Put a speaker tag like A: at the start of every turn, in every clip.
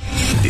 A: The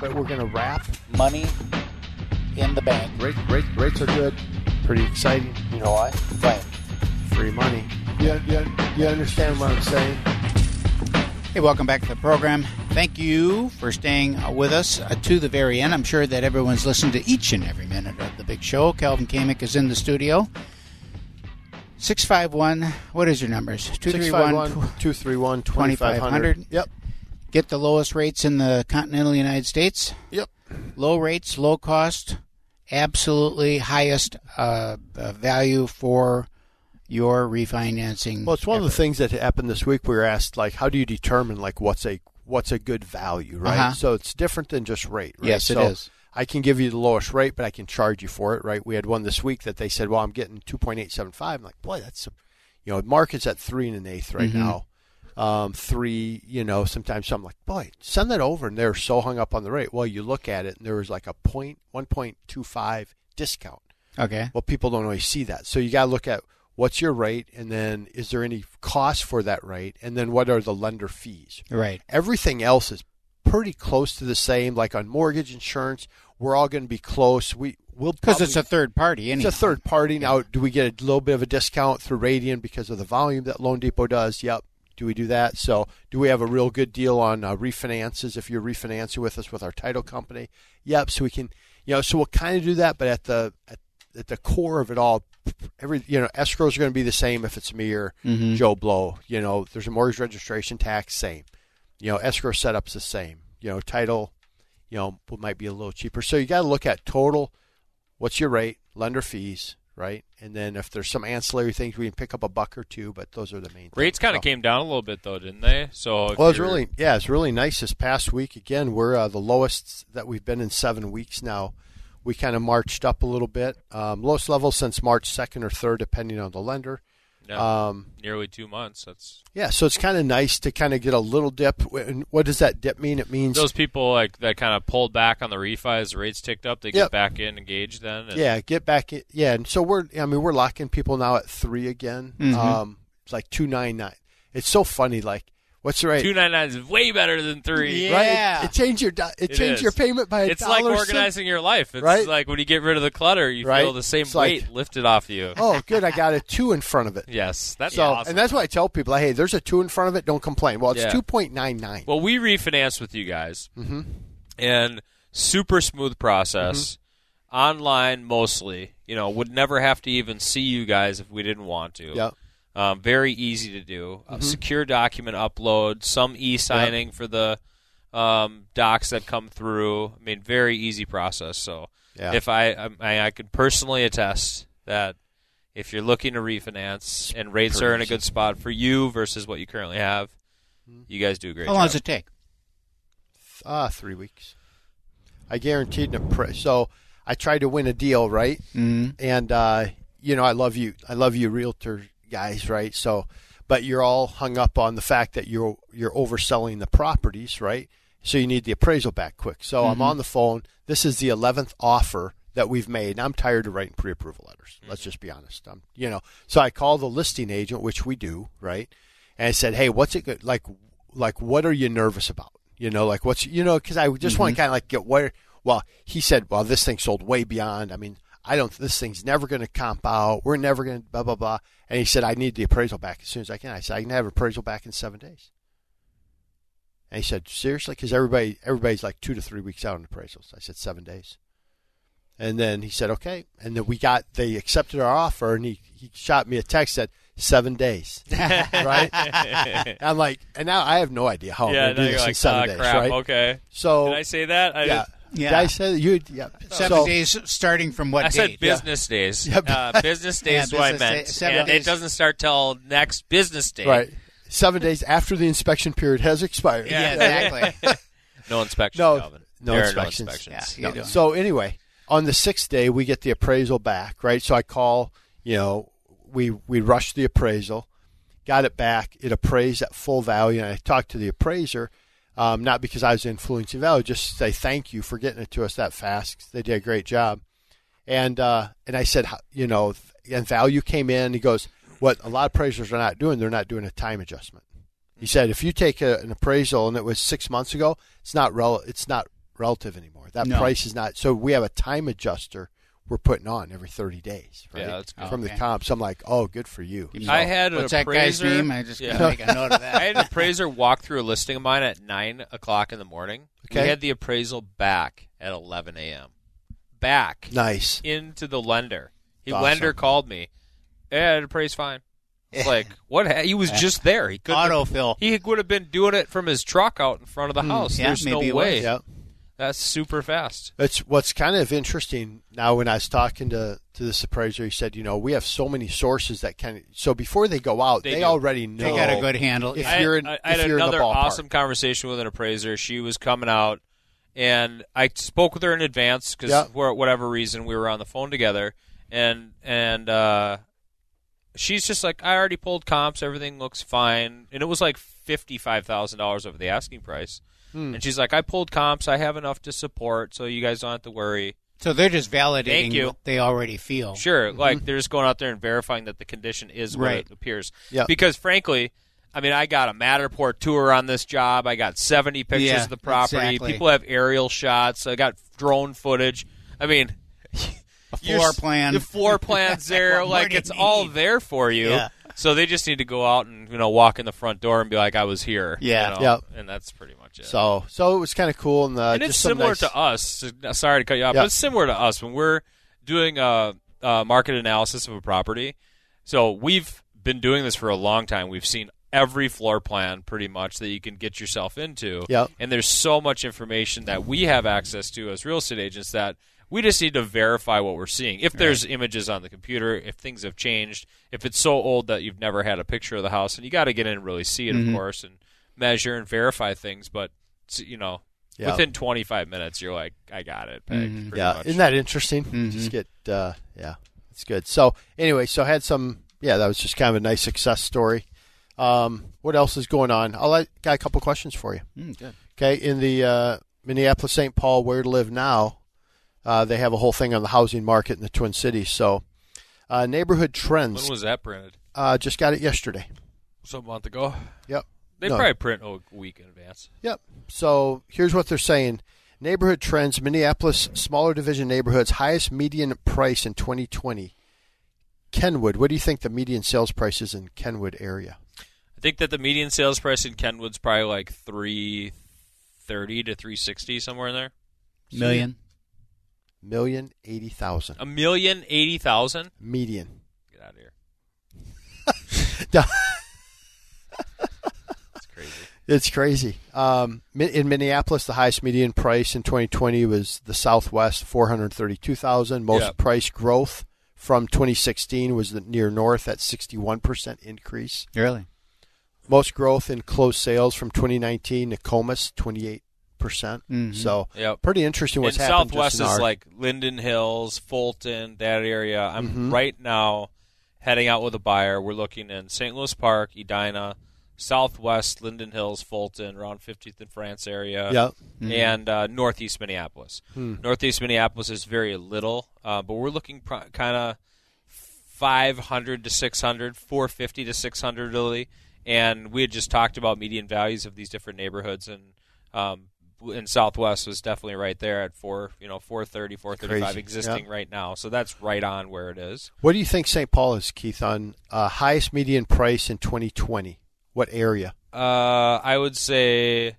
B: but we're going to wrap money in the bank.
C: Rate, rate, rates are good. Pretty exciting.
B: You know why? Right.
C: Free money. You, you, you understand what I'm saying?
B: Hey, welcome back to the program. Thank you for staying with us uh, to the very end. I'm sure that everyone's listened to each and every minute of the big show. Calvin Kamick is in the studio. 651, what is your numbers? 231.
C: 231
B: 2500.
C: 2500. Yep.
B: Get the lowest rates in the continental United States.
C: Yep.
B: Low rates, low cost, absolutely highest uh, uh, value for your refinancing.
C: Well, it's one of the things that happened this week. We were asked, like, how do you determine, like, what's a what's a good value, right?
B: Uh-huh.
C: So it's different than just rate. Right?
B: Yes, it
C: so
B: is.
C: I can give you the lowest rate, but I can charge you for it, right? We had one this week that they said, "Well, I'm getting 2.875." I'm like, "Boy, that's you know, the market's at three and an eighth
B: Mm-hmm.
C: right now, um, three, you know, sometimes so I'm like, boy, send that over, and they're so hung up on the rate. Well, you look at it, and there was like a point, 1.25 discount.
B: okay.
C: Well, people don't always see that. So you got to look at what's your rate, and then is there any cost for that rate, and then what are the lender fees?
B: Right.
C: Everything else is pretty close to the same. Like on mortgage insurance, we're all going to be close. We will
B: Because it's a third party,
C: It's
B: anyhow.
C: a third party now. Do we get a little bit of a discount through Radian because of the volume that Loan Depot does? Yep. Do we do that? So, do we have a real good deal on uh, refinances if you're refinancing with us with our title company? Yep. So we can, you know, so we'll kind of do that, but at the at, at the core of it all, every you know, escrows are going to be the same if it's me or Joe Blow. You know, there's a mortgage registration tax, same. You know, escrow setup's the same. You know, title, you know, might be a little cheaper. So you got to look at total what's your rate, lender fees, right? And then if there's some ancillary things, we can pick up a buck or two, but those are the main things.
D: Rates kind of came down a little bit though, didn't they? So if
C: Well, it's
D: you're-
C: really yeah, it's really nice this past week. Again, we're uh, the lowest that we've been in seven weeks now. We kind of marched up a little bit, um, lowest level since March second or third, depending on the lender.
D: yeah,
C: Um,
D: nearly two months. That's
C: yeah, so it's kind of nice to kind of get a little dip. And What does that dip mean? It means
D: those people like that kind of pulled back on the refi as the rates ticked up. They
C: Yep.
D: get back in engaged then. and-
C: Yeah, get back. In, yeah, and so we're. I mean, we're locking people now at three again. Um, it's like two nine nine. It's so funny. Like, what's the right?
D: two nine nine is way better than three.
B: Yeah.
C: Right? It, it changed your. do- It,
D: It
C: changed
D: is.
C: your payment by a
D: It's like
C: dollar cent.
D: organizing your life. It's
C: Right?
D: like when you get rid of the clutter, you
C: Right?
D: feel the same
C: It's like-
D: weight lifted off you.
C: Oh, good. I got a two in front of it.
D: Yes, that's
C: So,
D: awesome.
C: and that's why I tell people, hey, there's a two in front of it. Don't complain. Well, it's
D: Yeah.
C: two point nine nine.
D: Well, we refinanced with you guys, mm-hmm. and super smooth process,
C: Mm-hmm.
D: online mostly. You know, would never have to even see you guys if we didn't want to.
C: Yep. Mm-hmm.
D: Um, very easy to do. Uh, secure document upload, some e-signing for the um, docs that come through. I mean, very easy process. So,
C: Yeah.
D: if I, um, I I could personally attest that if you're looking to refinance and rates are in a good spot for you versus what you currently have,
C: Mm-hmm.
D: you guys do a great.
B: How long
D: job.
B: does it take?
C: Ah, three weeks. I guaranteed an appra- So I tried to win a deal, right? mm And uh, you know, I love you. I love you, realtor guys, right? So, but you're all hung up on the fact that you're you're overselling the properties, right? So you need the appraisal back quick. So I'm on the phone. This is the eleventh offer that we've made. And I'm tired of writing pre-approval letters. Let's just be honest. I'm, you know, so I call the listing agent, which we do, right? And I said, "Hey, what's it go- like? Like, what are you nervous about? You know, like what's you know? Because I just want to kind of like get where. Well, he said, "Well, this thing sold way beyond. I mean, I don't. This thing's never going to comp out. We're never going to blah blah blah." And he said, "I need the appraisal back as soon as I can." I said, "I can have appraisal back in seven days." And he said, "Seriously?" Because everybody everybody's like two to three weeks out on appraisals. I said, seven days." And then he said, "Okay." And then we got they accepted our offer, and he he shot me a text that seven days, right? And I'm like, and now I have no idea how
D: Yeah,
C: I'm going to
D: now
C: do
D: you're
C: Oh, this in
D: like,
C: seven
D: "Ah,
C: days,
D: crap,
C: right?
D: okay.
C: So
D: Did I say that? I
C: yeah,
D: did-
B: Yeah.
C: Did I said you. Yeah,
B: Seven
C: So-
B: days starting from what
D: I
B: date?
D: said business days.
C: Yeah,
D: Uh, business days
B: Yeah,
D: is what I
B: business day-
D: meant.
B: seven
D: and
B: days.
D: it doesn't start till next business day.
C: Right, seven days after the inspection period has expired.
B: Yeah, exactly.
D: No inspection,
C: No,
D: Calvin.
C: No
D: There are
C: inspections.
D: no inspections.
B: Yeah, you
C: No.
B: don't.
C: So anyway, on the sixth day, we get the appraisal back, right? So I call, you know, we we rushed the appraisal, got it back. It appraised at full value, and I talked to the appraiser, um, not because I was influencing value, just to say thank you for getting it to us that fast. They did a great job, and uh, and I said, how- you know, and value came in. He goes, what a lot of appraisers are not doing, they're not doing a time adjustment. He said, if you take a, an appraisal and it was six months ago, it's not rel- it's not relative anymore. That
B: No.
C: price is not. So we have a time adjuster we're putting on every 30 days. Right?
D: Yeah, that's good.
C: From
B: Okay.
C: the comp. So I'm like, oh, good for you.
D: I had an
B: What's that guy's
D: appraiser-
B: name? I just
D: Yeah.
B: gotta make a note of that.
D: I had an appraiser walk through a listing of mine at nine o'clock in the morning.
C: Okay.
D: We had the appraisal back at eleven a.m. Back
C: Nice.
D: into the lender. He
C: Awesome.
D: lender called me. Yeah, it appraised fine. It's like what? ha- He was just there. He couldn't.
B: Autofill. Hmm.
D: He would have been doing it from his truck out in front of the house.
B: yeah,
D: There's
B: maybe it
D: no
B: was.
D: way.
C: Yeah.
D: That's super fast.
C: It's what's kind of interesting now when I was talking to, to this appraiser, he said, you know, we have so many sources that can. So before they go out,
D: They
C: they,
D: do.
C: already know.
B: They got a good handle.
C: If
B: Yeah.
D: I,
C: you're in-
D: I- I had
C: if you're in the
D: another
C: ballpark.
D: awesome conversation with an appraiser. She was coming out, and I spoke with her in advance because
C: Yeah.
D: for whatever reason we were on the phone together, and and uh, she's just like, I already pulled comps, everything looks fine, and it was like fifty five thousand dollars over the asking price,
C: Hmm.
D: and she's like, I pulled comps, I have enough to support, so you guys don't have to worry.
B: So they're just validating
D: Thank you.
B: what they already feel.
D: Sure, like they're just going out there and verifying that the condition is what
B: Mm-hmm. Right.
D: it appears.
C: Yep.
D: Because frankly, I mean, I got a Matterport tour on this job. I got seventy pictures
B: Yeah,
D: of the property.
B: exactly.
D: People have aerial shots. I got drone footage. I mean,
B: A
D: you're
B: floor
D: s-
B: plan.
D: The floor plan's there.
B: What more
D: like
B: do you
D: it's all
B: need?
D: there for you.
B: Yeah.
D: So they just need to go out and you know walk in the front door and be like, I was here. you
B: Yeah.
D: know,
C: Yep.
D: And that's pretty much it.
C: So, so it was kind of cool. And, uh,
D: and it's
C: just some
D: similar
C: nice-
D: to us. uh, Sorry to cut you off,
C: Yeah.
D: but it's similar to us when we're doing a, a market analysis of a property. So we've been doing this for a long time. We've seen every floor plan pretty much that you can get yourself into.
C: Yeah.
D: And there's so much information that we have access to as real estate agents that we just need to verify what we're seeing. If there's images on the computer, if things have changed, if it's so old that you've never had a picture of the house, and you got to get in and really see it,
C: Mm-hmm.
D: of course, and measure and verify things. But s- you know,
C: Yeah. Mm-hmm.
D: within 25 minutes, you're like, I got it. pegged, pretty
C: yeah,
D: much.
C: isn't that interesting? Just get uh, yeah, it's good. So anyway, so I had some yeah, that was just kind of a nice success story. Um, what else is going on? I'll let, got a couple questions for you.
B: Mm, good.
C: Okay, in the uh, Minneapolis St. Paul Where to Live Now, uh, they have a whole thing on the housing market in the Twin Cities. So uh, neighborhood
D: when
C: trends
D: was that printed?
C: uh, just got it yesterday.
D: So a month ago.
C: Yep,
D: They
C: No.
D: probably print a week in advance.
C: Yep. So here's what they're saying. Neighborhood trends, Minneapolis, smaller division neighborhoods, highest median price in 2020. Kenwood, what do you think the median sales price is in Kenwood area?
D: I think that the median sales price in Kenwood's probably like 330 to 360 somewhere in there.
B: Million.
C: Million eighty thousand.
D: A million eighty thousand.
C: Median.
D: Get out of here. That's crazy.
C: It's crazy. Um, Mi- in Minneapolis, the highest median price in 2020 was the Southwest, 432,000. Most
D: Yep.
C: price growth from 2016 was the near North at 61% increase.
B: Really?
C: Most growth in closed sales from 2019, Nokomis, 28%. percent
B: Mhm.
C: So
D: Yep.
C: pretty interesting what's
D: and
C: happened.
D: Southwest
C: just in
D: is
C: our-
D: like Linden Hills, Fulton, that area. I'm
C: Mhm.
D: right now heading out with a buyer. We're looking in St. Louis Park, Edina, Southwest, Linden Hills, Fulton, around 50th and France area,
C: Yep. Mm-hmm. Hmm.
D: and uh, Northeast Minneapolis. Northeast Minneapolis is very little, uh, but we're looking pro- kind of 500 to 600, 450 to 600 really. And we had just talked about median values of these different neighborhoods, and um, in Southwest was definitely right there at four, you know, 430, 435
C: Crazy.
D: existing
C: Yeah.
D: right now. So that's right on where it is.
C: What do you think St. Paul is, Keith, on uh, highest median price in 2020? What area?
D: Uh, I would say,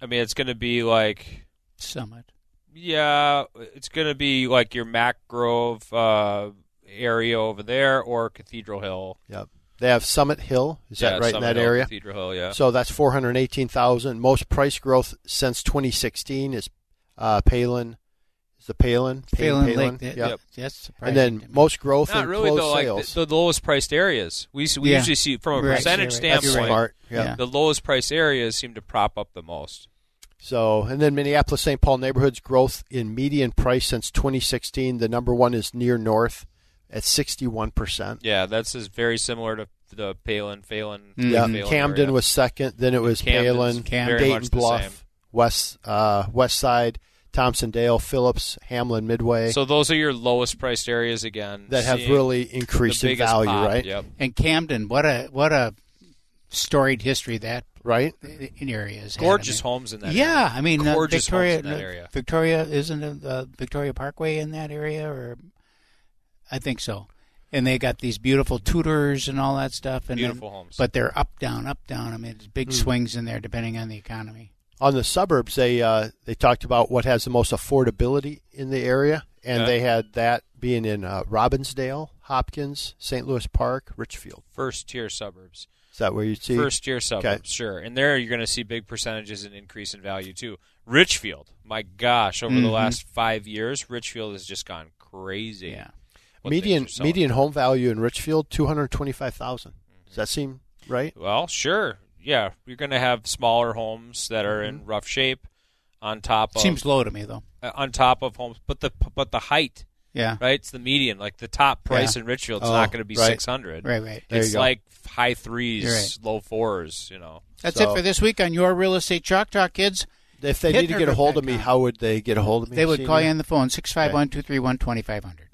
D: I mean, it's going to be like,
B: Summit.
D: yeah, it's going to be like your Mack Grove uh, area over there or Cathedral Hill.
C: Yep. They have Summit Hill. Is
D: Yeah,
C: that right
D: Summit
C: in that
D: Hill,
C: area?
D: Cathedral Hill, yeah.
C: So that's 418,000. Most price growth since 2016 is uh, Palin. Is the Palin?
B: Phelan
C: Palin,
B: Lake. That,
C: Yep.
B: That's surprising.
C: And then most growth
D: Not
C: in
D: really
C: closed
D: though. Like
C: sales.
D: the, the lowest priced areas, we s- we
B: Yeah.
D: usually see from a
B: Right.
D: percentage
B: You're right.
C: That's
D: standpoint,
C: smart.
B: Yeah.
C: Yeah.
D: the lowest priced areas seem to prop up the most.
C: So, and then Minneapolis St. Paul neighborhoods growth in median price since 2016. The number one is near north at 61%.
D: Yeah, that's is very similar to the Palin, Phelan.
C: Yeah,
D: Phelan
C: Mm-hmm. Camden
D: Mm-hmm. area.
C: was second. Then it was
D: Camden's
C: Palin,
D: very
C: Dayton
D: much the same.
C: Bluff, West uh, West Side, Thompson Dale, Phillips, Hamlin Midway
D: So those are your lowest priced areas again.
C: that have
D: seeing
C: really
D: the
C: increased in
D: biggest
C: value,
D: pop.
C: right?
D: Yep.
B: And Camden, what a what a storied history that
C: Right?
B: in area is.
D: Gorgeous homes in that.
B: yeah, I mean uh,
D: Gorgeous homes
B: Victoria.
D: in that area.
B: Victoria isn't it, uh, Victoria Parkway in that area, or I think so. And they got these beautiful tutors and all that stuff. And then-
D: Beautiful homes. Hmm.
B: but they're up down, up down. I mean, it's big swings in there depending on the economy.
C: On the suburbs, they uh, they talked about what has the most affordability in the area, and
D: Okay.
C: they had that being in uh, Robbinsdale, Hopkins, St. Louis Park, Richfield.
D: First tier suburbs.
C: Is that where you see?
D: First tier suburbs, sure. And there you're going to see big percentages and increase in value too. Richfield, my gosh, over the last five years, Richfield has just gone crazy.
B: Yeah.
D: what
C: median
D: things are selling.
C: median home value in Richfield two hundred twenty five thousand. Does that seem right?
D: Well, sure. Yeah, you're going to have smaller homes that are in rough shape on top of
B: Seems low to me though.
D: uh, on top of homes, but the but the height,
B: Yeah.
D: right? It's the median, like the top price
B: Yeah.
D: in Richfield's
C: Oh,
D: not going to be
C: right.
D: 600.
B: Right, right.
C: There you
D: It's
C: go.
D: like high 3s,
B: You're right.
D: low 4s, you know.
B: That's
C: So-
B: it for this week on your real estate chalk talk, kids.
D: Mm-hmm.
C: If they need to get a hold of me, how would they get a hold of me?
B: They would call you
C: Senior?
B: on the phone 651-231-2500.